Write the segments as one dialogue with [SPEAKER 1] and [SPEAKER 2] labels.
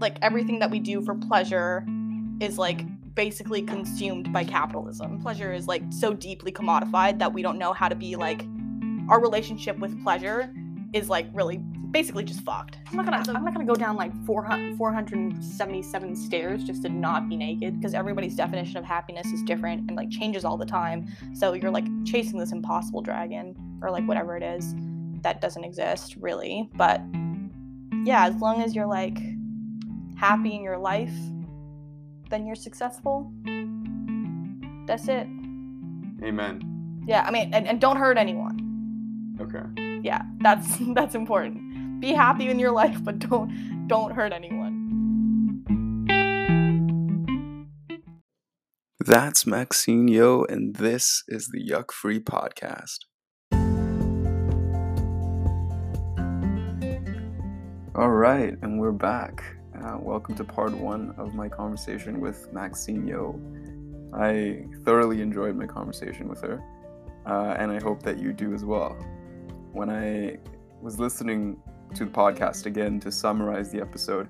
[SPEAKER 1] like everything that we do for pleasure is like basically consumed by capitalism. Pleasure is like so deeply commodified that we don't know how to be like our relationship with pleasure is like really basically just fucked. I'm not gonna I'm not gonna go down like 400, 477 stairs just to not be naked because everybody's definition of happiness is different and like changes all the time. So you're like chasing this impossible dragon or like whatever it is that doesn't exist really. But yeah, as long as you're like happy in your life, then you're successful. That's it.
[SPEAKER 2] Amen.
[SPEAKER 1] Yeah, I mean, and, and don't hurt anyone.
[SPEAKER 2] Okay.
[SPEAKER 1] yeah that's that's important be happy in your life but don't don't hurt anyone
[SPEAKER 2] That's Maxine Yo, and this is the Yuck Free Podcast. All right, and we're back. Uh, welcome to part one of my conversation with Maxine Yo. I thoroughly enjoyed my conversation with her, uh, and I hope that you do as well. When I was listening to the podcast again to summarize the episode,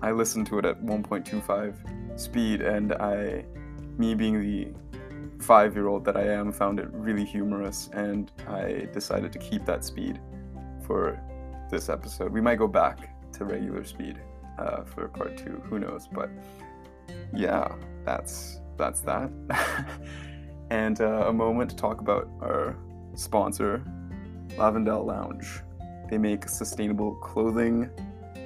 [SPEAKER 2] I listened to it at 1.25 speed, and I me being the five year old that I am, found it really humorous, and I decided to keep that speed for this episode. We might go back to regular speed uh, for part two, who knows? But yeah, that's that's that. and uh, a moment to talk about our sponsor, Lavendel Lounge. They make sustainable clothing.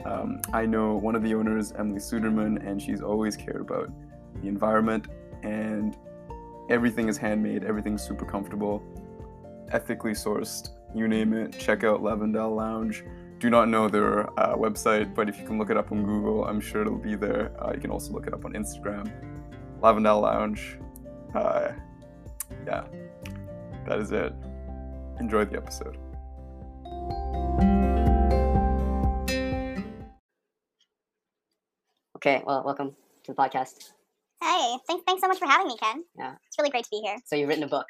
[SPEAKER 2] Um, I know one of the owners, Emily Suderman, and she's always cared about the environment and everything is handmade everything's super comfortable ethically sourced you name it check out lavendel lounge do not know their uh, website but if you can look it up on google i'm sure it'll be there uh, you can also look it up on instagram lavendel lounge uh, yeah that is it enjoy the episode
[SPEAKER 3] Okay, well, welcome to the podcast.
[SPEAKER 4] Hey, thanks, thanks so much for having me, Ken.
[SPEAKER 3] Yeah.
[SPEAKER 4] It's really great to be here.
[SPEAKER 3] So you've written a book,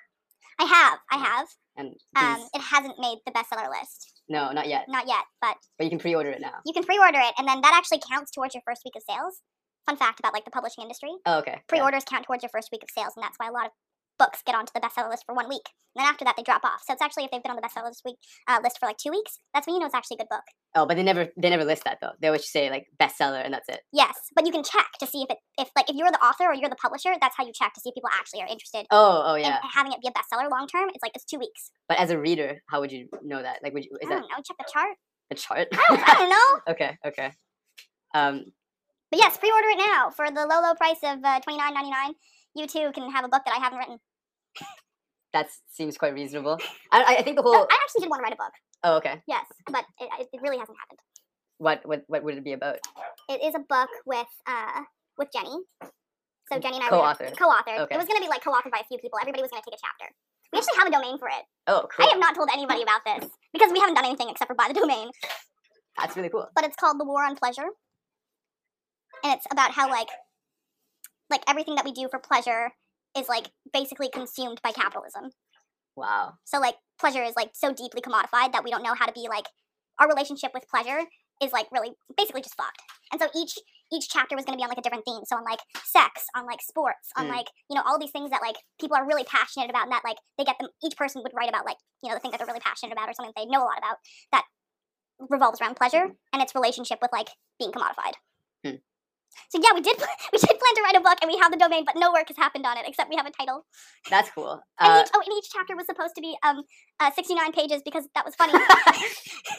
[SPEAKER 4] I have, I have.
[SPEAKER 3] and
[SPEAKER 4] Um,
[SPEAKER 3] please-
[SPEAKER 4] it hasn't made the bestseller list.
[SPEAKER 3] no, not yet,
[SPEAKER 4] Not yet, but
[SPEAKER 3] but you can pre-order it now.
[SPEAKER 4] you can pre order it, and then that actually counts towards your first week of sales. Fun fact about like the publishing industry
[SPEAKER 3] Oh, okay.
[SPEAKER 4] pre orders count towards your first week of sales, and that's why a lot of books get onto the bestseller list for one week. And then after that, they drop off. So it's actually, if they've been on the bestseller list, week, uh, list for like two weeks, that's when you know it's actually a good book.
[SPEAKER 3] Yeah. Oh, but they never they never list that though. They always say like bestseller, and that's it.
[SPEAKER 4] Yes, but you can check to see if it, if like, if you're the author or you're the publisher, that's how you check to see if people actually are interested
[SPEAKER 3] Oh, oh yeah.
[SPEAKER 4] in having it be a bestseller long term. It's like, it's two weeks.
[SPEAKER 3] But as a reader, how would you know that? Like, would you is
[SPEAKER 4] I
[SPEAKER 3] that
[SPEAKER 4] don't know, check the chart.
[SPEAKER 3] a chart?
[SPEAKER 4] Oh. I don't, I don't know.
[SPEAKER 3] okay, okay. Um,
[SPEAKER 4] But yes, pre-order it now for the low, low price of uh, twenty nine ninety nine. You too can have a book that I haven't written.
[SPEAKER 3] that seems quite reasonable. I I- I think the
[SPEAKER 4] No,
[SPEAKER 3] whole.
[SPEAKER 4] I actually did want to write a book.
[SPEAKER 3] Oh, okay.
[SPEAKER 4] Yes, but it, I- it really hasn't happened.
[SPEAKER 3] What what what would it be about?
[SPEAKER 4] It is a book with uh with Jenny. So Jenny and I were
[SPEAKER 3] Co-authored.
[SPEAKER 4] gonna- co-authored.
[SPEAKER 3] Okay.
[SPEAKER 4] It was going to be like co-authored by a few people. Everybody was going to take a chapter. We actually have a domain for it.
[SPEAKER 3] Oh, cool.
[SPEAKER 4] I have not told anybody about this because we haven't done anything except for buy the domain.
[SPEAKER 3] That's really cool.
[SPEAKER 4] But it's called The War on Pleasure, and it's about how like like everything that we do for pleasure is like basically consumed by capitalism.
[SPEAKER 3] Wow.
[SPEAKER 4] So like pleasure is like so deeply commodified that we don't know how to be like our relationship with pleasure is like really basically just fucked. And so each each chapter was going to be on like a different theme. So on like sex, on like sports, on
[SPEAKER 3] Mm.
[SPEAKER 4] like you know all these things that like people are really passionate about and that like they get them each person would write about like you know the thing that they're really passionate about or something that they know a lot about that revolves around pleasure and its relationship with like being commodified.
[SPEAKER 3] Hmm.
[SPEAKER 4] So yeah, we did pl- we did plan to write a book and we have the domain, but no work has happened on it except we have a title.
[SPEAKER 3] That's cool.
[SPEAKER 4] And,
[SPEAKER 3] Uh,
[SPEAKER 4] each, oh, and each chapter was supposed to be um uh, 69 pages because that was funny.
[SPEAKER 3] Uh,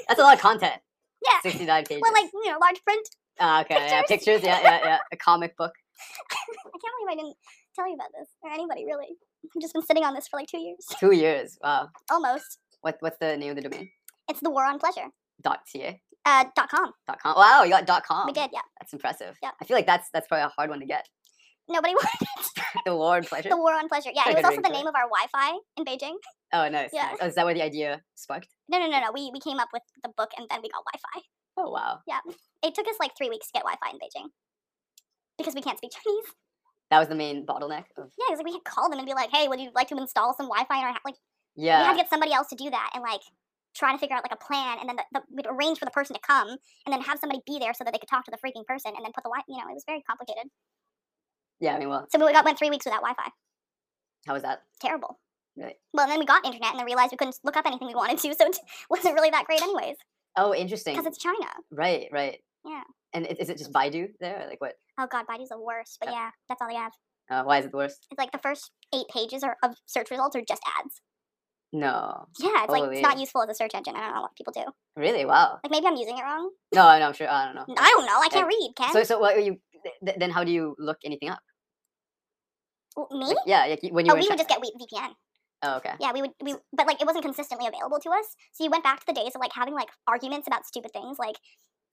[SPEAKER 3] that's a lot of content.
[SPEAKER 4] yeah.
[SPEAKER 3] Sixty nine pages.
[SPEAKER 4] Well, like, you know, large print.
[SPEAKER 3] Ah, okay, yeah,
[SPEAKER 4] pictures.
[SPEAKER 3] pictures, yeah, yeah, yeah. A comic book.
[SPEAKER 4] I can't believe I didn't tell you about this, or anybody really. I've just been sitting on this for like two years.
[SPEAKER 3] Two years. Wow.
[SPEAKER 4] Almost.
[SPEAKER 3] What what's the name of the domain?
[SPEAKER 4] It's the war on pleasure.
[SPEAKER 3] Dot ca.
[SPEAKER 4] Uh, dot com.
[SPEAKER 3] Dot com. Wow, you got dot com.
[SPEAKER 4] we did, yeah.
[SPEAKER 3] That's impressive.
[SPEAKER 4] Yeah.
[SPEAKER 3] I feel like that's that's probably a hard one to get.
[SPEAKER 4] Nobody wanted
[SPEAKER 3] The war and pleasure.
[SPEAKER 4] the war on pleasure. Yeah,
[SPEAKER 3] I
[SPEAKER 4] it was
[SPEAKER 3] could
[SPEAKER 4] also the
[SPEAKER 3] drink
[SPEAKER 4] name of our Wi Fi in Beijing.
[SPEAKER 3] oh, nice.
[SPEAKER 4] yeah.
[SPEAKER 3] nice. Oh, is that where the idea sparked?
[SPEAKER 4] No, no, no, no. We, we came up with the book and then we got Wi Fi.
[SPEAKER 3] Oh wow,
[SPEAKER 4] It took us like three weeks to get Wi Fi in Beijing because we can't speak Chinese.
[SPEAKER 3] that was the main bottleneck. Of,
[SPEAKER 4] Yeah, because like, we had called them and be like, hey, would you like to install some Wi Fi in our house? Like, we
[SPEAKER 3] yeah.
[SPEAKER 4] had to get somebody else to do that and like try to figure out like a plan, and then the, the, we'd arrange for the person to come, and then have somebody be there so that they could talk to the freaking person, and then put the wi. You know, it was very complicated.
[SPEAKER 3] Yeah, I mean, well,
[SPEAKER 4] So we got went three weeks without Wi-Fi.
[SPEAKER 3] how was that?
[SPEAKER 4] Terrible.
[SPEAKER 3] Really?
[SPEAKER 4] Well, then we got internet, and then realized we couldn't look up anything we wanted to, so it wasn't really that great, anyways,
[SPEAKER 3] Oh, interesting.
[SPEAKER 4] because it's China.
[SPEAKER 3] Right, right.
[SPEAKER 4] Yeah.
[SPEAKER 3] And i- is it just Baidu there? or, Like what?
[SPEAKER 4] Oh God, Baidu's the worst. But
[SPEAKER 3] Uh,
[SPEAKER 4] yeah, that's all they have.
[SPEAKER 3] Uh, why is it the worst?
[SPEAKER 4] It's like the first eight pages are of search results are just ads.
[SPEAKER 3] No,
[SPEAKER 4] Yeah, it's like it's not
[SPEAKER 3] Holy.
[SPEAKER 4] useful as a search engine. I don't know what people do.
[SPEAKER 3] really? Wow.
[SPEAKER 4] Like maybe I'm using it wrong.
[SPEAKER 3] No, I know. I'm sure. I don't know.
[SPEAKER 4] I don't know. I can't
[SPEAKER 3] Uh,
[SPEAKER 4] read. Ken.
[SPEAKER 3] So, so what are you? th- Th- then how do you look anything up?
[SPEAKER 4] W- me?
[SPEAKER 3] Like, yeah, like y- when you
[SPEAKER 4] oh,
[SPEAKER 3] were.
[SPEAKER 4] we
[SPEAKER 3] in
[SPEAKER 4] would
[SPEAKER 3] Chi-
[SPEAKER 4] just get we- VPN.
[SPEAKER 3] Oh, okay.
[SPEAKER 4] Yeah, we would. We but like it wasn't consistently available to us. So you went back to the days of like having like arguments about stupid things, like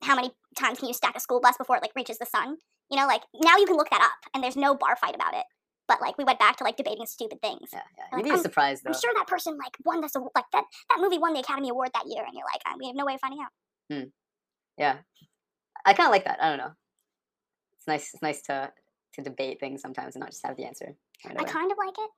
[SPEAKER 4] how many times can you stack a school bus before it like reaches the sun? You know, like now you can look that up, and there's no bar fight about it. But like we went back to like debating stupid things.
[SPEAKER 3] Yeah, yeah.
[SPEAKER 4] Like,
[SPEAKER 3] You'd be
[SPEAKER 4] Uh, I'm-
[SPEAKER 3] surprised though.
[SPEAKER 4] I'm sure that person like won this aw- like that that movie won the Academy Award that year, and you're like, uh, we have no way of finding out.
[SPEAKER 3] Yeah, I kind of like that. I don't know. It's nice. It's nice to to debate things sometimes and not just have the answer. right
[SPEAKER 4] I
[SPEAKER 3] away.
[SPEAKER 4] kind of like it.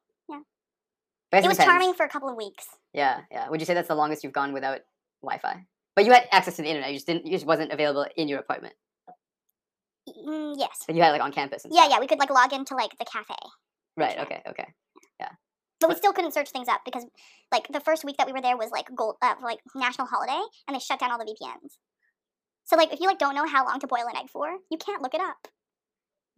[SPEAKER 3] I guess
[SPEAKER 4] It was
[SPEAKER 3] depends.
[SPEAKER 4] charming for a couple of weeks.
[SPEAKER 3] Yeah, yeah. Would you say that's the longest you've gone without Wi-Fi? But you had access to the internet. You just didn't. You just wasn't available in your apartment.
[SPEAKER 4] Mm, yes.
[SPEAKER 3] But you had like on campus. And
[SPEAKER 4] Yeah,
[SPEAKER 3] stuff.
[SPEAKER 4] yeah. We could like log into like the cafe,
[SPEAKER 3] Right. Okay. Okay.
[SPEAKER 4] but we
[SPEAKER 3] But-
[SPEAKER 4] still couldn't search things up because like the first week that we were there was like gold, uh, like national holiday, and they shut down all the VPNs. So like if you like don't know how long to boil an egg for, you can't look it up.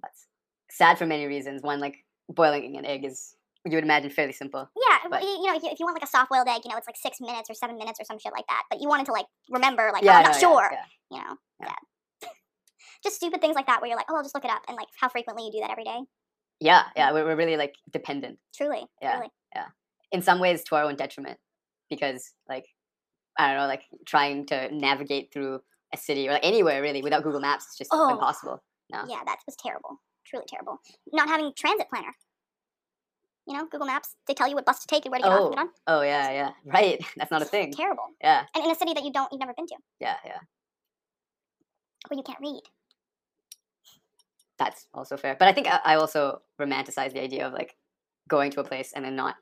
[SPEAKER 3] That's sad for many reasons. One, like boiling an egg is you would imagine fairly simple.
[SPEAKER 4] Yeah,
[SPEAKER 3] But-
[SPEAKER 4] but, you know if you, if you want like a soft boiled egg, you know it's like six minutes or seven minutes or some shit like that. But you wanted to like remember like
[SPEAKER 3] yeah.
[SPEAKER 4] I'm not
[SPEAKER 3] no, yeah,
[SPEAKER 4] sure.
[SPEAKER 3] yeah.
[SPEAKER 4] you know,
[SPEAKER 3] Yeah.
[SPEAKER 4] yeah. just stupid things like that where you're like, oh, I'll just look it up and like how frequently you do that every day.
[SPEAKER 3] Yeah. Yeah. We're, we're really like dependent
[SPEAKER 4] Truly,
[SPEAKER 3] Yeah.
[SPEAKER 4] really.
[SPEAKER 3] in some ways to our own detriment because like I don't know, like trying to navigate through a city or like anywhere really without Google Maps is just
[SPEAKER 4] Oh.
[SPEAKER 3] impossible. Yeah.
[SPEAKER 4] Yeah, that was terrible. Truly terrible. Not having transit planner. You know, Google Maps, they tell you what bus to take and where to get off and get on.
[SPEAKER 3] Oh yeah, yeah. Right. That's not a thing.
[SPEAKER 4] Terrible.
[SPEAKER 3] Yeah.
[SPEAKER 4] And in a city that you don't, you've never been to,
[SPEAKER 3] Yeah. Yeah.
[SPEAKER 4] where you can't read.
[SPEAKER 3] That's also fair. But I think I, I also romanticize the idea of like going to a place and then not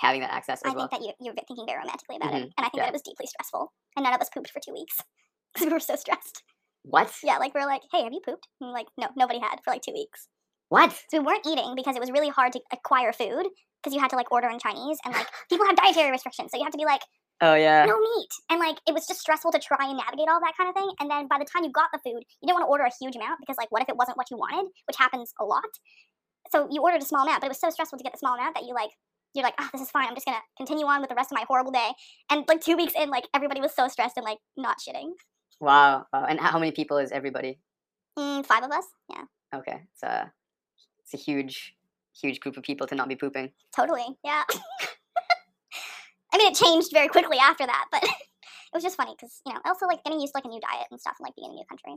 [SPEAKER 3] having that access as
[SPEAKER 4] I
[SPEAKER 3] well.
[SPEAKER 4] think that you, you're thinking very romantically about it.
[SPEAKER 3] Mhm,
[SPEAKER 4] And I think
[SPEAKER 3] yeah.
[SPEAKER 4] that it was deeply stressful. And none of us pooped for two weeks. Because we were so stressed.
[SPEAKER 3] what?
[SPEAKER 4] Yeah, like we were like, hey, have you pooped? And like, no, nobody had for like two weeks.
[SPEAKER 3] What?
[SPEAKER 4] So we weren't eating because it was really hard to acquire food because you had to like order in Chinese and like people have dietary restrictions. So you have to be like,
[SPEAKER 3] Oh yeah.
[SPEAKER 4] no meat. And like it was just stressful to try and navigate all that kind of thing. And then by the time you got the food, you didn't want to order a huge amount because like what if it wasn't what you wanted, which happens a lot. So you ordered a small amount, but it was so stressful to get the small amount that you like you're like, ah, this is fine. I'm just gonna continue on with the rest of my horrible day. And like two weeks in, like everybody was so stressed and like not shitting.
[SPEAKER 3] Wow. wow. And how many people is everybody?
[SPEAKER 4] Mm, five of us, yeah,
[SPEAKER 3] Okay. It's a it's a huge huge group of people to not be pooping.
[SPEAKER 4] totally, yeah. I mean, it changed very quickly after that, but it was just funny because you know, also like getting used to like a new diet and stuff, and like being in a new country.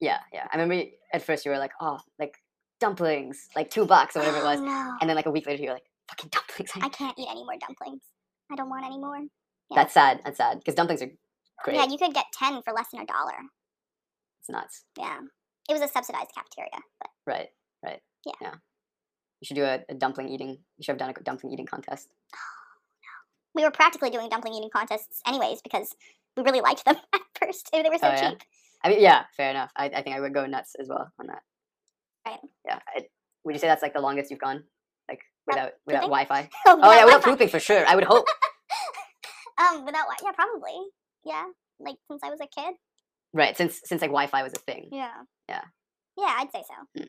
[SPEAKER 3] Yeah, yeah. I remember y- at first you were like, oh, like dumplings, like two bucks or whatever it
[SPEAKER 4] Oh,
[SPEAKER 3] was.
[SPEAKER 4] No,
[SPEAKER 3] And then like a week later you were like, fucking dumplings.
[SPEAKER 4] I can't eat any more dumplings. I don't want any more. yeah.
[SPEAKER 3] That's sad. That's sad. Because dumplings are great.
[SPEAKER 4] Yeah, you could get 10 for less than a dollar.
[SPEAKER 3] it's nuts.
[SPEAKER 4] Yeah. It was a subsidized cafeteria. But
[SPEAKER 3] Right, right.
[SPEAKER 4] Yeah.
[SPEAKER 3] Yeah. You should do a, a dumpling eating. You should have done a dumpling eating contest.
[SPEAKER 4] we were practically doing dumpling eating contests anyways because we really liked them at first. They they were so
[SPEAKER 3] Oh, yeah?
[SPEAKER 4] cheap.
[SPEAKER 3] I mean, yeah, fair enough. I, I think I would go nuts as well on that.
[SPEAKER 4] Right.
[SPEAKER 3] Yeah. I, would you say that's like the longest you've gone? Like without without
[SPEAKER 4] pooping?
[SPEAKER 3] Wi-Fi?
[SPEAKER 4] Oh,
[SPEAKER 3] Oh yeah, without
[SPEAKER 4] Wi-Fi.
[SPEAKER 3] pooping for sure. I would hope.
[SPEAKER 4] Um, without Wi- yeah, probably. Yeah. Like since I was a kid.
[SPEAKER 3] right. Since since like Wi-Fi was a thing,
[SPEAKER 4] Yeah.
[SPEAKER 3] Yeah.
[SPEAKER 4] Yeah, I'd say so.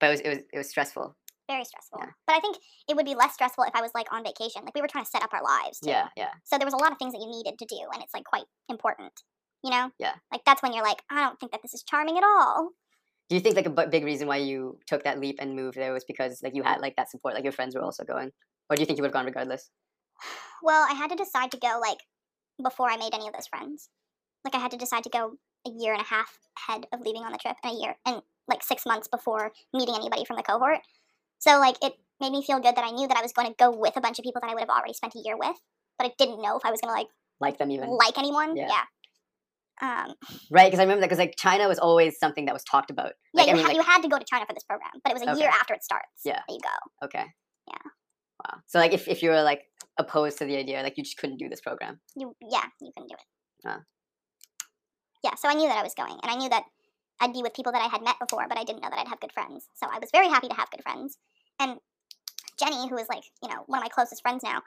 [SPEAKER 3] but it was it was it was stressful.
[SPEAKER 4] Very stressful. But I think it would be less stressful if I was like on vacation. Like we were trying to set up our lives too.
[SPEAKER 3] Yeah, yeah.
[SPEAKER 4] So there was a lot of things that you needed to do, and it's like quite important, you know?
[SPEAKER 3] Yeah.
[SPEAKER 4] Like that's when you're like, I don't think that this is charming at all.
[SPEAKER 3] Do you think like a bu- big reason why you took that leap and moved there was because like you had like that support, like your friends were also going, or do you think you would have gone regardless?
[SPEAKER 4] Well, I had to decide to go like before I made any of those friends. Like I had to decide to go a year and a half ahead of leaving on the trip, and a year and like six months before meeting anybody from the cohort. So like it made me feel good that I knew that I was going to go with a bunch of people that I would have already spent a year with, but I didn't know if I was going to like
[SPEAKER 3] Like them even,
[SPEAKER 4] like anyone.
[SPEAKER 3] Yeah.
[SPEAKER 4] Yeah. Um,
[SPEAKER 3] right? Because I remember that because like China was always something that was talked about.
[SPEAKER 4] yeah,
[SPEAKER 3] Like,
[SPEAKER 4] you,
[SPEAKER 3] I mean,
[SPEAKER 4] ha-
[SPEAKER 3] like,
[SPEAKER 4] you had to go to China for this program, but it was a year after it starts.
[SPEAKER 3] Yeah.
[SPEAKER 4] that you go.
[SPEAKER 3] okay,
[SPEAKER 4] Yeah.
[SPEAKER 3] Wow. So like if, if you were like opposed to the idea, like you just couldn't do this program.
[SPEAKER 4] You yeah, you couldn't do it.
[SPEAKER 3] Ah.
[SPEAKER 4] Yeah, so I knew that I was going, and I knew that I'd be with people that I had met before, but I didn't know that I'd have good friends. So I was very happy to have good friends. And Jenny, who is like you know one of my closest friends now,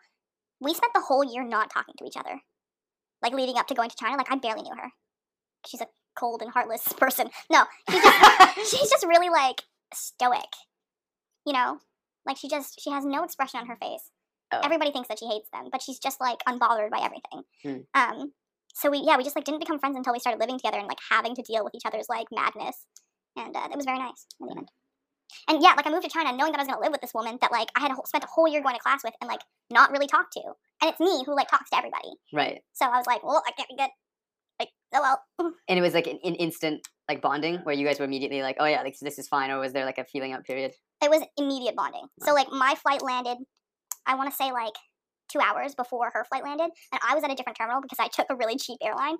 [SPEAKER 4] we spent the whole year not talking to each other, like leading up to going to China. Like I barely knew her. She's a cold and heartless person. No, she just, she's just really like stoic. You know, like she just she has no expression on her face.
[SPEAKER 3] Oh.
[SPEAKER 4] Everybody thinks that she hates them, but she's just like unbothered by everything.
[SPEAKER 3] Hmm.
[SPEAKER 4] Um, so we yeah we just like didn't become friends until we started living together and like having to deal with each other's like madness, and uh, it was very nice in
[SPEAKER 3] Hmm.
[SPEAKER 4] the end. And yeah, like I moved to China knowing that I was gonna live with this woman that like I had a whole, spent a whole year going to class with and like not really talked to, and it's me who like talks to everybody.
[SPEAKER 3] Right.
[SPEAKER 4] So I was like, well, I can't be good. Like oh well.
[SPEAKER 3] And it was like an, an instant like bonding where you guys were immediately like, oh yeah, like this is fine, or was there like a feeling out period?
[SPEAKER 4] it was immediate bonding. So like my flight landed, I want to say like two hours before her flight landed, and I was at a different terminal because I took a really cheap airline.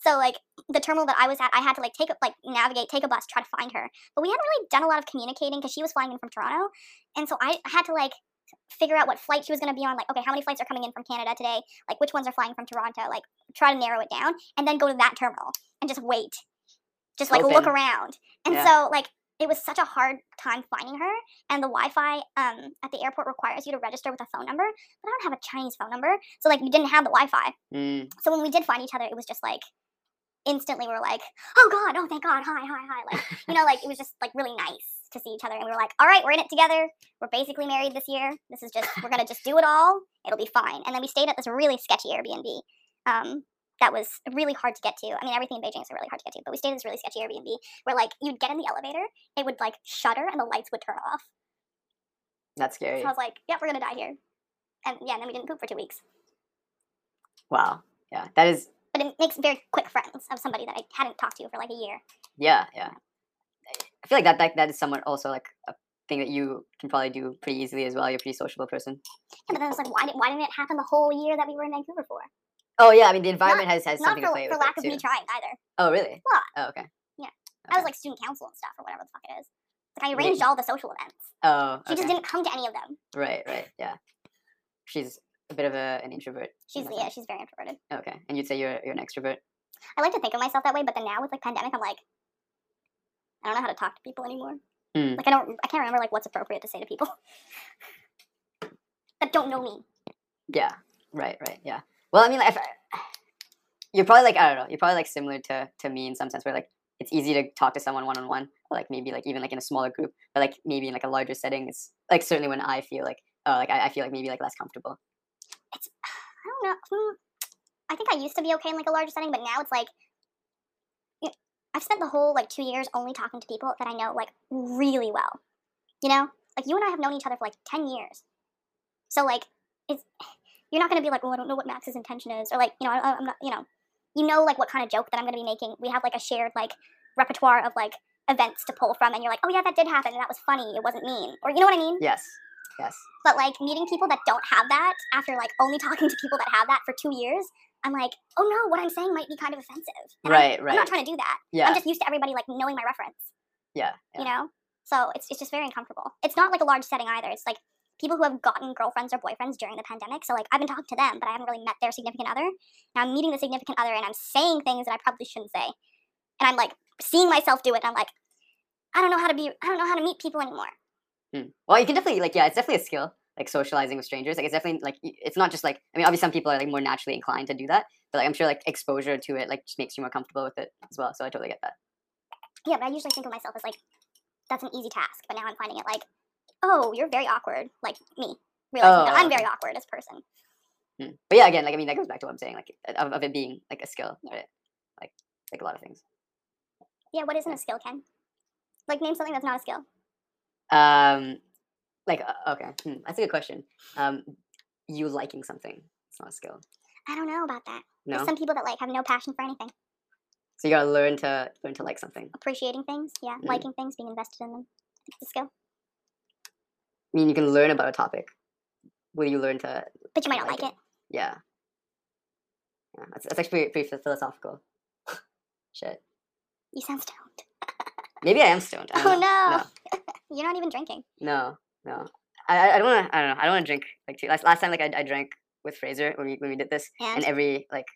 [SPEAKER 4] so like the terminal that I was at, I had to like take a like navigate, take a bus, try to find her. But we hadn't really done a lot of communicating because she was flying in from Toronto, and so I had to like figure out what flight she was going to be on like okay how many flights are coming in from canada today like which ones are flying from toronto like try to narrow it down and then go to that terminal and just wait just like look
[SPEAKER 3] Open.
[SPEAKER 4] around and
[SPEAKER 3] Yeah.
[SPEAKER 4] so like it was such a hard time finding her and the wi-fi um, at the airport requires you to register with a phone number but i don't have a chinese phone number so like we didn't have the wi-fi
[SPEAKER 3] Mm.
[SPEAKER 4] so when we did find each other it was just like instantly we were like oh god oh thank god hi hi hi like you know like it was just like really nice to see each other and we were like all right we're in it together we're basically married this year this is just we're gonna just do it all it'll be fine and then we stayed at this really sketchy airbnb um, that was really hard to get to i mean everything in beijing is really hard to get to but we stayed at this really sketchy airbnb where like you'd get in the elevator it would like shudder and the lights would turn off
[SPEAKER 3] That's scary.
[SPEAKER 4] so i was like yep we're gonna die here and yeah and then we didn't poop for two weeks
[SPEAKER 3] Wow. Yeah. That is
[SPEAKER 4] but it makes very quick friends of somebody that I hadn't talked to for like a year.
[SPEAKER 3] yeah, yeah. I feel like that that, that is somewhat also like a thing that you can probably do pretty easily as well. You're a pretty sociable person.
[SPEAKER 4] Yeah, but then it's like, why, did, why didn't it happen the whole year that we were in Vancouver for?
[SPEAKER 3] Oh yeah, I mean the environment has, has
[SPEAKER 4] Not
[SPEAKER 3] something
[SPEAKER 4] for,
[SPEAKER 3] to play
[SPEAKER 4] for
[SPEAKER 3] with. it,
[SPEAKER 4] lack of me
[SPEAKER 3] too.
[SPEAKER 4] trying either.
[SPEAKER 3] oh really?
[SPEAKER 4] Well,
[SPEAKER 3] Oh okay.
[SPEAKER 4] I
[SPEAKER 3] Okay.
[SPEAKER 4] was like student council and stuff or whatever the fuck it is. Like I
[SPEAKER 3] Yeah.
[SPEAKER 4] arranged all the social events.
[SPEAKER 3] Oh
[SPEAKER 4] She
[SPEAKER 3] okay.
[SPEAKER 4] just didn't come to any of them.
[SPEAKER 3] Right, right, yeah. She's a bit of a, an introvert.
[SPEAKER 4] She's
[SPEAKER 3] Okay.
[SPEAKER 4] yeah, she's very introverted.
[SPEAKER 3] Okay, and you'd say you're you're an extrovert.
[SPEAKER 4] I like to think of myself that way, but then now with like pandemic, I'm like, I don't know how to talk to people anymore.
[SPEAKER 3] Mm.
[SPEAKER 4] Like I don't, I can't remember like what's appropriate to say to people that don't know me.
[SPEAKER 3] Yeah, right, right, yeah. Well, I mean, like, if I, you're probably like I don't know. You're probably like similar to to me in some sense, where like it's easy to talk to someone one on one, or like maybe like even like in a smaller group, but like maybe in like a larger setting, it's like certainly when I feel like oh like I, I feel like maybe like less comfortable.
[SPEAKER 4] I don't know. hmm, I think I used to be okay in like a larger setting, but now it's like y- I've spent the whole like two years only talking to people that I know like really well. You know, like you and I have known each other for like ten years, so like it's you're not gonna be like, oh, I don't know what Max's intention is, or like you know, I, I'm not, you know, you know like what kind of joke that I'm gonna be making. We have like a shared like repertoire of like events to pull from, and you're like, oh yeah, that did happen, and that was funny, it wasn't mean, or you know what I mean?
[SPEAKER 3] Yes, yes.
[SPEAKER 4] But like meeting people that don't have that after like only talking to people that have that for two years, I'm like, oh no, what I'm saying might be kind of offensive. And I'm-
[SPEAKER 3] right,
[SPEAKER 4] I'm
[SPEAKER 3] right.
[SPEAKER 4] not trying to do that.
[SPEAKER 3] yeah,
[SPEAKER 4] I'm just used to everybody like knowing my reference,
[SPEAKER 3] yeah, yeah.
[SPEAKER 4] you know? So it's, it's just very uncomfortable. It's not like a large setting either. It's like people who have gotten girlfriends or boyfriends during the pandemic. So like I've been talking to them, but I haven't really met their significant other. Now I'm meeting the significant other and I'm saying things that I probably shouldn't say. And I'm like seeing myself do it. And I'm like, I don't know how to be, I don't know how to meet people anymore.
[SPEAKER 3] Hmm. Well, you can definitely like yeah, it's definitely a skill like socializing with strangers. Like it's definitely like y- it's not just like I mean obviously some people are like more naturally inclined to do that, but like I'm sure like exposure to it like just makes you more comfortable with it as well. So I totally get that.
[SPEAKER 4] Yeah, but I usually think of myself as like, that's an easy task. But now I'm finding it like, oh, you're very awkward, like me. Realizing that
[SPEAKER 3] Oh,
[SPEAKER 4] I'm
[SPEAKER 3] okay.
[SPEAKER 4] very awkward as a person.
[SPEAKER 3] Hmm. But yeah, again, like I mean that goes back to what I'm saying like uh, of, of it being like a skill,
[SPEAKER 4] Yeah.
[SPEAKER 3] right? Like like a lot of things.
[SPEAKER 4] Yeah, what isn't a skill, Ken? Like, name something that's not a skill.
[SPEAKER 3] Um, like uh, okay, hmm, that's a good question. Um, you liking something it's not a skill.
[SPEAKER 4] I don't know about that.
[SPEAKER 3] No,
[SPEAKER 4] There's some people that like have no passion for anything,
[SPEAKER 3] so you gotta learn to learn to like something.
[SPEAKER 4] appreciating things, yeah,
[SPEAKER 3] Mm.
[SPEAKER 4] liking things, being invested in them. I think It's a skill,
[SPEAKER 3] I mean, you can learn about a topic. Will you learn to
[SPEAKER 4] but you might not
[SPEAKER 3] Like
[SPEAKER 4] like
[SPEAKER 3] it.
[SPEAKER 4] it.
[SPEAKER 3] Yeah. Yeah, that's, that's actually pretty, pretty philosophical. Shit.
[SPEAKER 4] You sound stoned.
[SPEAKER 3] Maybe I am stoned. I
[SPEAKER 4] Oh
[SPEAKER 3] don't know.
[SPEAKER 4] no, you're not even drinking.
[SPEAKER 3] No, no. I, I don't want to. I don't know. I don't want to drink like too. Last, last time, like I, I drank with Fraser when we when we did this, and
[SPEAKER 4] And
[SPEAKER 3] every like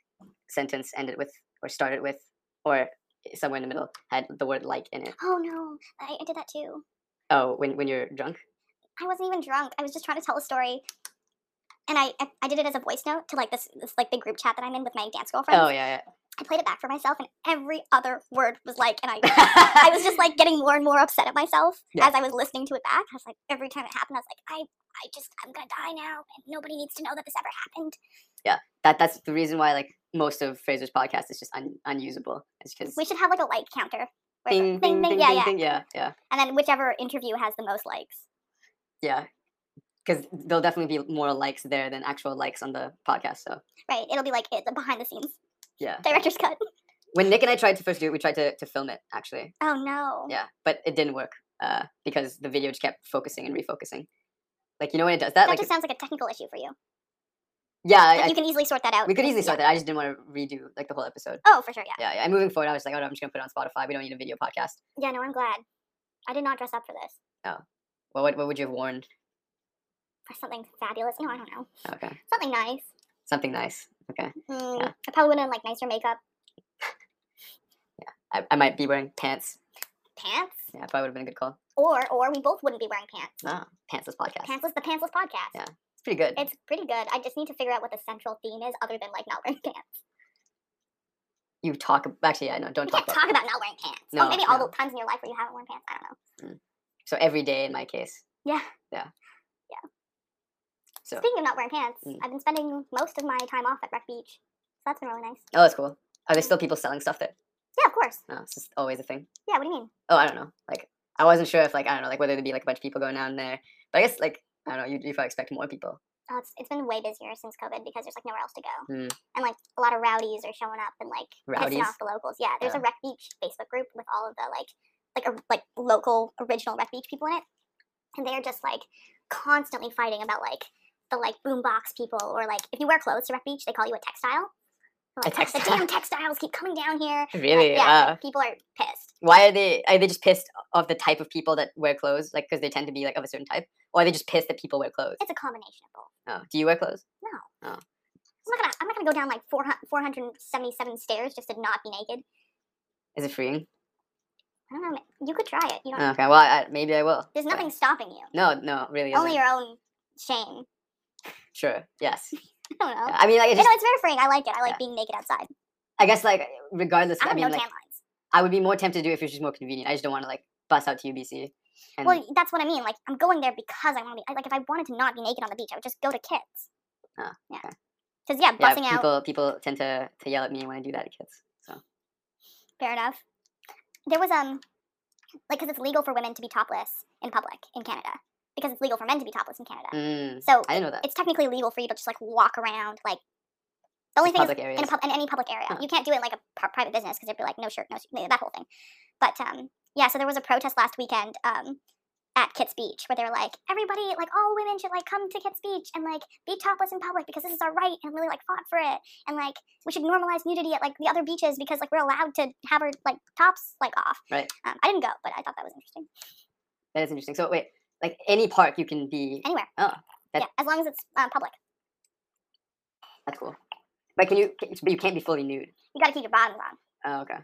[SPEAKER 3] sentence ended with or started with or somewhere in the middle had the word like in it.
[SPEAKER 4] oh no, I, I did that too.
[SPEAKER 3] Oh, when when you're drunk.
[SPEAKER 4] I wasn't even drunk. I was just trying to tell a story, and I I, I did it as a voice note to like this this like big group chat that I'm in with my dance girlfriends.
[SPEAKER 3] Oh yeah,
[SPEAKER 4] I played it back for myself, and every other word was like, and I
[SPEAKER 3] yeah.
[SPEAKER 4] I was just like getting more and more upset at myself
[SPEAKER 3] Yeah.
[SPEAKER 4] as I was listening to it back. I was like, every time it happened, I was like, I I just I'm gonna die now, and nobody needs to know that this ever happened.
[SPEAKER 3] that. That's the reason why like most of Fraser's podcast is just un, unusable. It's because
[SPEAKER 4] We should have like a like counter. where
[SPEAKER 3] ding,
[SPEAKER 4] it's like,
[SPEAKER 3] ding, ding,
[SPEAKER 4] yeah,
[SPEAKER 3] ding,
[SPEAKER 4] yeah,
[SPEAKER 3] ding, yeah, yeah,
[SPEAKER 4] and then whichever interview has the most likes.
[SPEAKER 3] yeah. Because there'll definitely be more likes there than actual likes on the podcast. So
[SPEAKER 4] Right, it'll be like it, the behind the scenes
[SPEAKER 3] yeah.
[SPEAKER 4] director's cut.
[SPEAKER 3] When Nick and I tried to first do it, we tried to, to film it actually.
[SPEAKER 4] Oh no.
[SPEAKER 3] Yeah, but it didn't work uh, because the video just kept focusing and refocusing. Like you know when it does that,
[SPEAKER 4] That
[SPEAKER 3] like
[SPEAKER 4] just sounds like a technical issue for you.
[SPEAKER 3] yeah, I,
[SPEAKER 4] But
[SPEAKER 3] I-
[SPEAKER 4] you can easily sort that out.
[SPEAKER 3] we could
[SPEAKER 4] and-
[SPEAKER 3] easily
[SPEAKER 4] yeah.
[SPEAKER 3] start that. I just didn't want to redo like the whole episode.
[SPEAKER 4] Oh, for sure, yeah.
[SPEAKER 3] Yeah, yeah. And moving forward, I was like, oh, no, I'm just gonna put it on Spotify. We don't need a video podcast.
[SPEAKER 4] Yeah, no, I'm glad. I did not dress up for this.
[SPEAKER 3] Well, what, what would you have worn?
[SPEAKER 4] For something fabulous. No, I don't know.
[SPEAKER 3] Okay,
[SPEAKER 4] Something nice.
[SPEAKER 3] something nice. Okay,
[SPEAKER 4] Mm, I probably wouldn't like nicer makeup.
[SPEAKER 3] I, I might be wearing pants.
[SPEAKER 4] Pants?
[SPEAKER 3] Yeah, probably would have been a good call.
[SPEAKER 4] Or or we both wouldn't be wearing pants.
[SPEAKER 3] Ah, pantsless podcast.
[SPEAKER 4] Pantsless the pantsless podcast.
[SPEAKER 3] Yeah. It's pretty good.
[SPEAKER 4] It's pretty good. I just need to figure out what the central theme is other than like not wearing pants.
[SPEAKER 3] you talk. ab- Actually, yeah, no, don't
[SPEAKER 4] We
[SPEAKER 3] talk
[SPEAKER 4] can't
[SPEAKER 3] about.
[SPEAKER 4] talk about not wearing pants.
[SPEAKER 3] No,
[SPEAKER 4] oh, maybe all
[SPEAKER 3] no.
[SPEAKER 4] the times in your life where you haven't worn pants. I don't know.
[SPEAKER 3] So every day in my case.
[SPEAKER 4] Yeah.
[SPEAKER 3] Yeah.
[SPEAKER 4] Yeah.
[SPEAKER 3] So
[SPEAKER 4] Speaking of not wearing pants,
[SPEAKER 3] Mm.
[SPEAKER 4] I've been spending most of my time off at Wreck Beach. So that's been really nice.
[SPEAKER 3] oh, that's cool. Are there still people selling stuff there?
[SPEAKER 4] Yeah, of course.
[SPEAKER 3] No, it's just always a thing.
[SPEAKER 4] Yeah, what do you mean?
[SPEAKER 3] Oh, I don't know. Like I wasn't sure if like I don't know like whether there'd be like a bunch of people going down there. But I guess like I don't know. You you probably expect more people.
[SPEAKER 4] Oh, it's, it's been way busier since COVID because there's like nowhere else to go,
[SPEAKER 3] Mm.
[SPEAKER 4] and like a lot of rowdies are showing up and like
[SPEAKER 3] Rowdies?
[SPEAKER 4] pissing off the locals. Yeah, there's
[SPEAKER 3] Yeah.
[SPEAKER 4] a Wreck Beach Facebook group with all of the like like or, like local original Wreck Beach people in it, and they are just like constantly fighting about like the like boombox people or like if you wear clothes to Wreck Beach, they call you a textile.
[SPEAKER 3] A
[SPEAKER 4] They're Like, "Oh,
[SPEAKER 3] textile."
[SPEAKER 4] The damn textiles keep coming down here.
[SPEAKER 3] Really?
[SPEAKER 4] yeah,
[SPEAKER 3] Wow.
[SPEAKER 4] like, people are pissed.
[SPEAKER 3] why are they are they just pissed off the type of people that wear clothes like because they tend to be like of a certain type or are they just pissed that people wear clothes
[SPEAKER 4] It's a combination of both.
[SPEAKER 3] oh do you wear clothes
[SPEAKER 4] I'm not gonna I'm not gonna go down like 400, 477 stairs just to not be naked.
[SPEAKER 3] is it freeing Oh,
[SPEAKER 4] I don't know. ma- You could try it. You don't.
[SPEAKER 3] okay well I, maybe i will
[SPEAKER 4] There's
[SPEAKER 3] but-
[SPEAKER 4] nothing stopping you.
[SPEAKER 3] no no really
[SPEAKER 4] Only
[SPEAKER 3] isn't.
[SPEAKER 4] your own shame.
[SPEAKER 3] sure yes
[SPEAKER 4] I don't know.
[SPEAKER 3] Yeah, i mean like it
[SPEAKER 4] You know,
[SPEAKER 3] just,
[SPEAKER 4] it's very freeing. I like it. I like
[SPEAKER 3] Yeah.
[SPEAKER 4] being naked outside.
[SPEAKER 3] i guess like regardless
[SPEAKER 4] I
[SPEAKER 3] i,
[SPEAKER 4] have
[SPEAKER 3] mean
[SPEAKER 4] no
[SPEAKER 3] like
[SPEAKER 4] tan lines.
[SPEAKER 3] i would be more tempted to do it if it's just more convenient i just don't want to like bust out to ubc and
[SPEAKER 4] Well, that's what I mean. Like, I'm going there because I want to be. I- Like, if I wanted to not be naked on the beach, I would just go to kids.
[SPEAKER 3] Ah,
[SPEAKER 4] yeah.
[SPEAKER 3] okay.
[SPEAKER 4] Because yeah,
[SPEAKER 3] yeah,
[SPEAKER 4] bussing out.
[SPEAKER 3] people people tend to, to yell at me when i do that at kids so
[SPEAKER 4] Fair enough. There was um, like, because it's legal for women to be topless in public in Canada. Because it's legal for men to be topless in Canada.
[SPEAKER 3] mm,
[SPEAKER 4] So
[SPEAKER 3] i didn't know that
[SPEAKER 4] it's technically legal for you to just like walk around like. The only
[SPEAKER 3] In
[SPEAKER 4] thing is
[SPEAKER 3] public areas
[SPEAKER 4] in, a pub, in any public area.
[SPEAKER 3] Huh.
[SPEAKER 4] You can't do it in, like a pri- private business because it'd be like no shirt, no sh- that whole thing. But um, yeah, so there was a protest last weekend um, at Kitts Beach where they were like, everybody, like all women should like come to Kitts Beach and like be topless in public because this is our right and really like fought for it and like we should normalize nudity at like the other beaches because like we're allowed to have our like tops like off.
[SPEAKER 3] Right.
[SPEAKER 4] Um, I didn't go, but I thought that was interesting.
[SPEAKER 3] that is interesting so wait like any park you can be
[SPEAKER 4] Anywhere.
[SPEAKER 3] Oh, that-
[SPEAKER 4] yeah, as long as it's uh, public,
[SPEAKER 3] that's cool but can you can- but you can't be fully nude
[SPEAKER 4] you got to keep your bottoms on.
[SPEAKER 3] Oh, okay.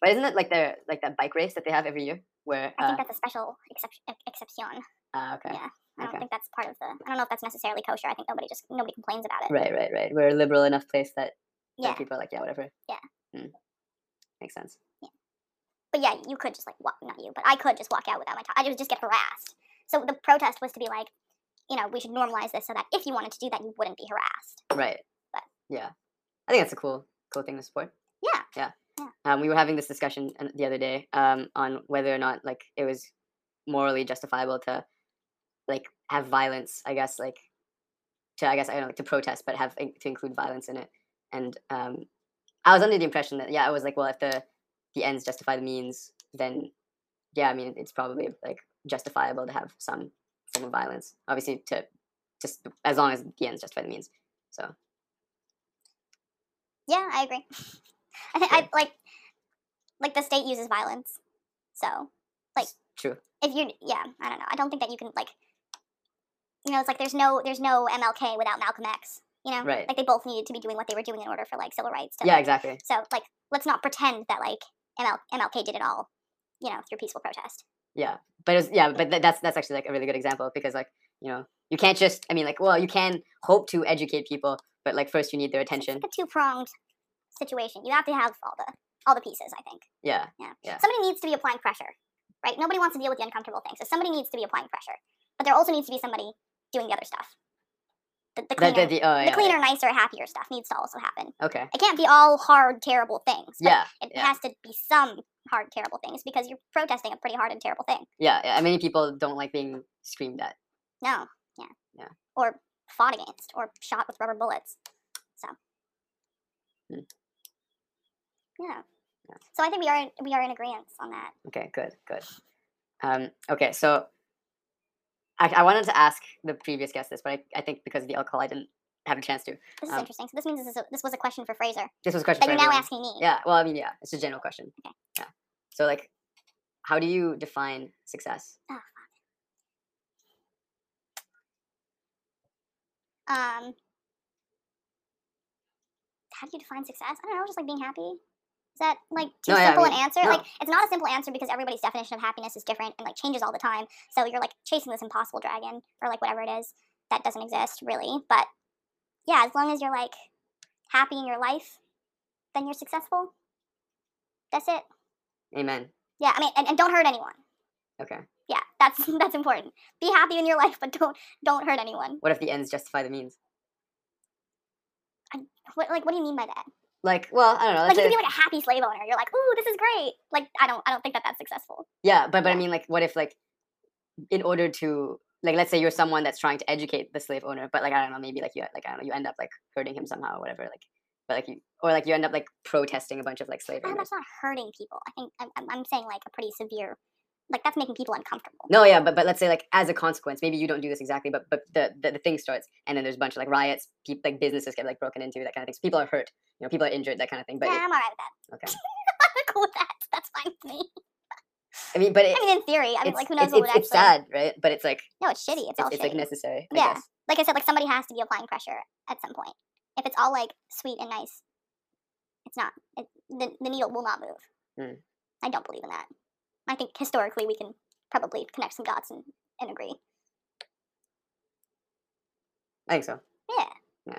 [SPEAKER 3] But isn't it like their like that bike race that they have every year where?
[SPEAKER 4] I
[SPEAKER 3] Uh,
[SPEAKER 4] think that's a special exception. Exception.
[SPEAKER 3] ah, okay.
[SPEAKER 4] yeah. I don't
[SPEAKER 3] Okay.
[SPEAKER 4] think that's part of the. I don't know if that's necessarily kosher. I think nobody just nobody complains about it.
[SPEAKER 3] Right, right, right. We're a liberal enough place that, that
[SPEAKER 4] Yeah,
[SPEAKER 3] people are like, yeah, whatever.
[SPEAKER 4] Yeah.
[SPEAKER 3] Mm. Makes sense.
[SPEAKER 4] but yeah, you could just like walk. Not you, but I could just walk out without my top. I would just get harassed. So the protest was to be like, you know, we should normalize this so that if you wanted to do that, you wouldn't be harassed.
[SPEAKER 3] Right.
[SPEAKER 4] But-
[SPEAKER 3] Yeah. I think that's a cool, cool thing to support.
[SPEAKER 4] Yeah.
[SPEAKER 3] Yeah.
[SPEAKER 4] Yeah.
[SPEAKER 3] Um, we were having this discussion an- the other day um, on whether or not like it was morally justifiable to like have violence. I guess like to I guess I don't know like, to protest, but have in- to include violence in it. And um, I was under the impression that yeah, I was like, well, if the the ends justify the means, then yeah, I mean it's probably like justifiable to have some form of violence. Obviously, to just as long as the ends justify the means. So
[SPEAKER 4] Yeah, I agree. I think I like, like the state uses violence, so Like-
[SPEAKER 3] it's true.
[SPEAKER 4] if you, yeah, I don't know. I don't think that you can like you know, it's like there's no there's no MLK without Malcolm X. You know,
[SPEAKER 3] Right.
[SPEAKER 4] like they both needed to be doing what they were doing in order for like civil rights. To,
[SPEAKER 3] Yeah,
[SPEAKER 4] like-
[SPEAKER 3] exactly.
[SPEAKER 4] So like, let's not pretend that like ML- MLK did it all, you know, through peaceful protest.
[SPEAKER 3] But it was, yeah, but th- that's that's actually like a really good example because like you know you can't just I mean like well you can hope to educate people, but like first you need their
[SPEAKER 4] It's
[SPEAKER 3] attention.
[SPEAKER 4] like a two pronged situation. You have to have all the all the pieces. I think.
[SPEAKER 3] Yeah,
[SPEAKER 4] Yeah.
[SPEAKER 3] Yeah.
[SPEAKER 4] Somebody needs to be applying pressure, right? Nobody wants to deal with the uncomfortable thing, so somebody needs to be applying pressure. But there also needs to be somebody doing the other stuff. The, the
[SPEAKER 3] the,
[SPEAKER 4] cleaner,
[SPEAKER 3] the, the, oh, yeah,
[SPEAKER 4] the
[SPEAKER 3] yeah.
[SPEAKER 4] cleaner, nicer, happier stuff needs to also happen.
[SPEAKER 3] Okay.
[SPEAKER 4] It can't be all hard, terrible things. but
[SPEAKER 3] Yeah,
[SPEAKER 4] It
[SPEAKER 3] yeah.
[SPEAKER 4] has to be some hard, terrible things because you're protesting a pretty hard and terrible thing.
[SPEAKER 3] yeah, yeah. and Many people don't like being screamed at.
[SPEAKER 4] No. Yeah.
[SPEAKER 3] Yeah.
[SPEAKER 4] Or fought against or shot with rubber bullets. So.
[SPEAKER 3] Hmm.
[SPEAKER 4] Yeah.
[SPEAKER 3] Yeah.
[SPEAKER 4] So I think we are in, we are in agreement on that.
[SPEAKER 3] Okay, good, good. Um, okay, so I, I wanted to ask the previous guest this, but I, I think because of the alcohol, I didn't have a chance to.
[SPEAKER 4] This is
[SPEAKER 3] Um,
[SPEAKER 4] interesting. So this means this, is a, this was a question for Fraser
[SPEAKER 3] This was a question
[SPEAKER 4] that
[SPEAKER 3] for
[SPEAKER 4] you're now
[SPEAKER 3] everyone.
[SPEAKER 4] asking me.
[SPEAKER 3] Yeah, well, I mean, yeah, it's a general question.
[SPEAKER 4] Okay.
[SPEAKER 3] Yeah. So, like, how do you define success?
[SPEAKER 4] Um. How do you define success? I don't know. Just like being happy. Is that like too
[SPEAKER 3] No, yeah, I
[SPEAKER 4] simple
[SPEAKER 3] mean,
[SPEAKER 4] an answer?
[SPEAKER 3] no.
[SPEAKER 4] Like it's not a simple answer because everybody's definition of happiness is different and like changes all the time. So you're like chasing this impossible dragon or like whatever it is that doesn't exist really. But yeah, as long as you're like happy in your life, then you're successful. That's it.
[SPEAKER 3] Amen.
[SPEAKER 4] Yeah, I mean, and, and don't hurt anyone.
[SPEAKER 3] Okay.
[SPEAKER 4] Yeah, that's that's important. Be happy in your life, but don't don't hurt anyone.
[SPEAKER 3] What if the ends justify the means?
[SPEAKER 4] What like what do you mean by that?
[SPEAKER 3] Like, well, I don't know.
[SPEAKER 4] like
[SPEAKER 3] let's
[SPEAKER 4] you
[SPEAKER 3] say-
[SPEAKER 4] can be like a happy slave owner. You're like, ooh, this is great. Like I don't, I don't think that that's successful.
[SPEAKER 3] yeah, but but I
[SPEAKER 4] yeah.
[SPEAKER 3] mean, like, what if like, in order to like, let's say you're someone that's trying to educate the slave owner, but like, I don't know, maybe like you like I don't know, you end up like hurting him somehow or whatever, like, but like you or like you end up like protesting a bunch of like slave
[SPEAKER 4] Ah,
[SPEAKER 3] owners.
[SPEAKER 4] that's not hurting people. I think I'm, I'm- I'm saying like a pretty severe, like that's making people uncomfortable.
[SPEAKER 3] No, yeah, but but let's say like as a consequence, maybe you don't do this exactly, but but the the, the thing starts, and then there's a bunch of like riots, people like businesses get like broken into, that kind of thing. So people are hurt, you know, people are injured, that kind of thing. But
[SPEAKER 4] yeah,
[SPEAKER 3] it,
[SPEAKER 4] I'm alright with that.
[SPEAKER 3] okay,
[SPEAKER 4] I'm cool with that. That's fine with me.
[SPEAKER 3] I mean, but it,
[SPEAKER 4] I mean, in theory, I mean,
[SPEAKER 3] it's,
[SPEAKER 4] like who knows
[SPEAKER 3] it's,
[SPEAKER 4] what would
[SPEAKER 3] it's,
[SPEAKER 4] actually.
[SPEAKER 3] it's sad, right? But it's like
[SPEAKER 4] No, it's shitty. It's all
[SPEAKER 3] it's, it's
[SPEAKER 4] shitty.
[SPEAKER 3] like necessary. I
[SPEAKER 4] Yeah.
[SPEAKER 3] guess.
[SPEAKER 4] like I said, like somebody has to be applying pressure at some point. If it's all like sweet and nice, it's not. It, the the needle will not move.
[SPEAKER 3] Mm.
[SPEAKER 4] I don't believe in that. I think historically we can probably connect some dots and, and agree.
[SPEAKER 3] I think so.
[SPEAKER 4] Yeah.
[SPEAKER 3] Yeah.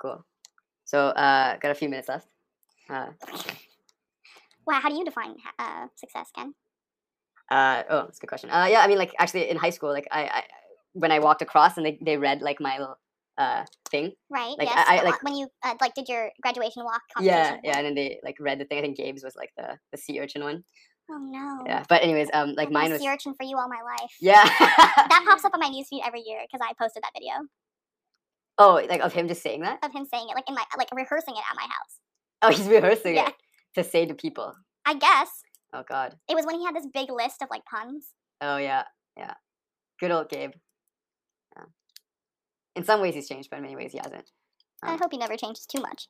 [SPEAKER 3] Cool. So uh, got a few minutes left. Uh,
[SPEAKER 4] Wow, how do you define ha- uh, success, Ken?
[SPEAKER 3] Uh, oh, that's a good question. Uh, yeah, I mean, like actually in high school, like I, I when I walked across and they, they read like my little uh thing.
[SPEAKER 4] Right.
[SPEAKER 3] Like,
[SPEAKER 4] yes.
[SPEAKER 3] I- I,
[SPEAKER 4] the
[SPEAKER 3] like-
[SPEAKER 4] walk- when you uh, like did your graduation walk.
[SPEAKER 3] Yeah,
[SPEAKER 4] competition.
[SPEAKER 3] yeah, and then they like read the thing. I think Gabe's was like the the sea urchin one.
[SPEAKER 4] Oh no.
[SPEAKER 3] Yeah, but anyways, um, like
[SPEAKER 4] I've been a
[SPEAKER 3] mine was
[SPEAKER 4] sea urchin for you all my life.
[SPEAKER 3] yeah.
[SPEAKER 4] That pops up on my newsfeed every year because I posted that video
[SPEAKER 3] oh, like of him just saying that.
[SPEAKER 4] of him saying it, like in my like rehearsing it at my house.
[SPEAKER 3] Oh, he's rehearsing
[SPEAKER 4] Yeah.
[SPEAKER 3] it to say to people.
[SPEAKER 4] I guess
[SPEAKER 3] Oh God.
[SPEAKER 4] it was when he had this big list of like puns.
[SPEAKER 3] Oh yeah, yeah. Good old Gabe. Yeah. In some ways he's changed, but in many ways he hasn't.
[SPEAKER 4] I
[SPEAKER 3] Um,
[SPEAKER 4] hope he never changes too much.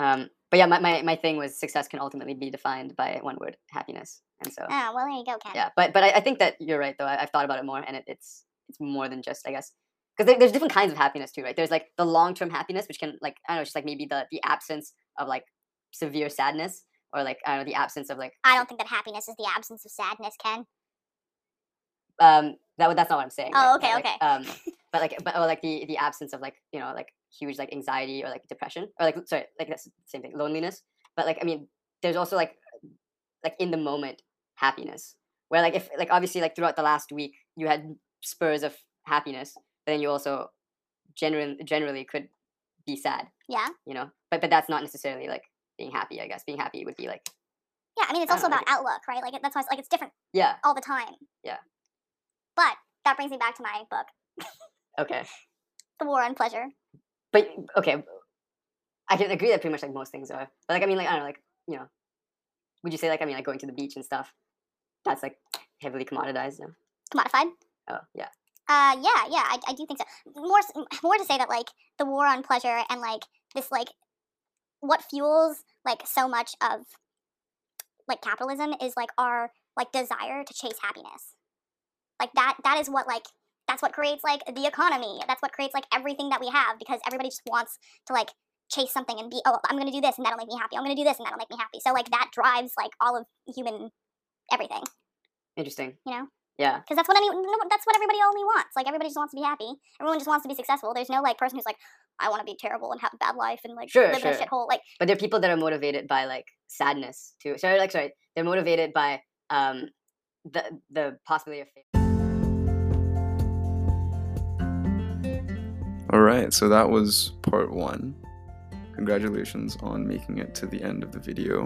[SPEAKER 3] Um, but yeah, my, my, my thing was success can ultimately be defined by one word, happiness. And so
[SPEAKER 4] Oh, well, there you go, Ken.
[SPEAKER 3] yeah but but I, I think that you're right though I, i've thought about it more and it, it's it's more than just i guess because there, there's different kinds of happiness too right there's like the long-term happiness which can like i don't know just like maybe the the absence of like severe sadness or like i don't know the absence of like
[SPEAKER 4] I don't think that happiness is the absence of sadness, Ken.
[SPEAKER 3] um that wa- that's not what i'm saying
[SPEAKER 4] Oh,
[SPEAKER 3] right,
[SPEAKER 4] okay,
[SPEAKER 3] but, like,
[SPEAKER 4] okay.
[SPEAKER 3] um but like but or like the the absence of like you know like huge like anxiety or like depression or like sorry like that's the same thing loneliness but like i mean there's also like like in the moment happiness where like if like obviously like throughout the last week you had spurs of happiness but then you also generally generally could be sad
[SPEAKER 4] Yeah.
[SPEAKER 3] you know but but that's not necessarily like being happy i guess being happy would be like
[SPEAKER 4] Yeah, I mean, it's
[SPEAKER 3] I
[SPEAKER 4] also
[SPEAKER 3] don't
[SPEAKER 4] about outlook, right? Like, it- that's why it's like it's different
[SPEAKER 3] yeah
[SPEAKER 4] all the time.
[SPEAKER 3] Yeah.
[SPEAKER 4] But that brings me back to my book,
[SPEAKER 3] okay
[SPEAKER 4] The War on Pleasure.
[SPEAKER 3] but okay, I can agree that pretty much like most things are. But like I mean, like I don't know, like you know, would you say like I mean, like going to the beach and stuff? That's like heavily commoditized now.
[SPEAKER 4] Commodified?
[SPEAKER 3] Oh yeah,
[SPEAKER 4] Uh, yeah, yeah, I, I do think so. More, s- m- more to say that like the war on pleasure and like this like what fuels like so much of like capitalism is like our like desire to chase happiness. Like that that is what like that's what creates like the economy. That's what creates like everything that we have because everybody just wants to like chase something and be oh I'm gonna do this and that'll make me happy. I'm gonna do this and that'll make me happy. So like that drives like all of human everything
[SPEAKER 3] Interesting.
[SPEAKER 4] You know?
[SPEAKER 3] Yeah.
[SPEAKER 4] because that's what any no, that's what everybody only wants. Like everybody just wants to be happy. Everyone just wants to be successful. There's no like person who's like I want to be terrible and have a bad life and like
[SPEAKER 3] Sure,
[SPEAKER 4] live in a
[SPEAKER 3] sure.
[SPEAKER 4] shithole. Like
[SPEAKER 3] But there are people that are motivated by like sadness too. Sorry, like sorry, they're motivated by um the the possibility of failure.
[SPEAKER 2] All right, so that was part one. Congratulations on making it to the end of the video.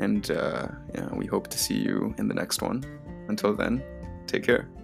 [SPEAKER 2] And uh, yeah, we hope to see you in the next one. Until then, take care.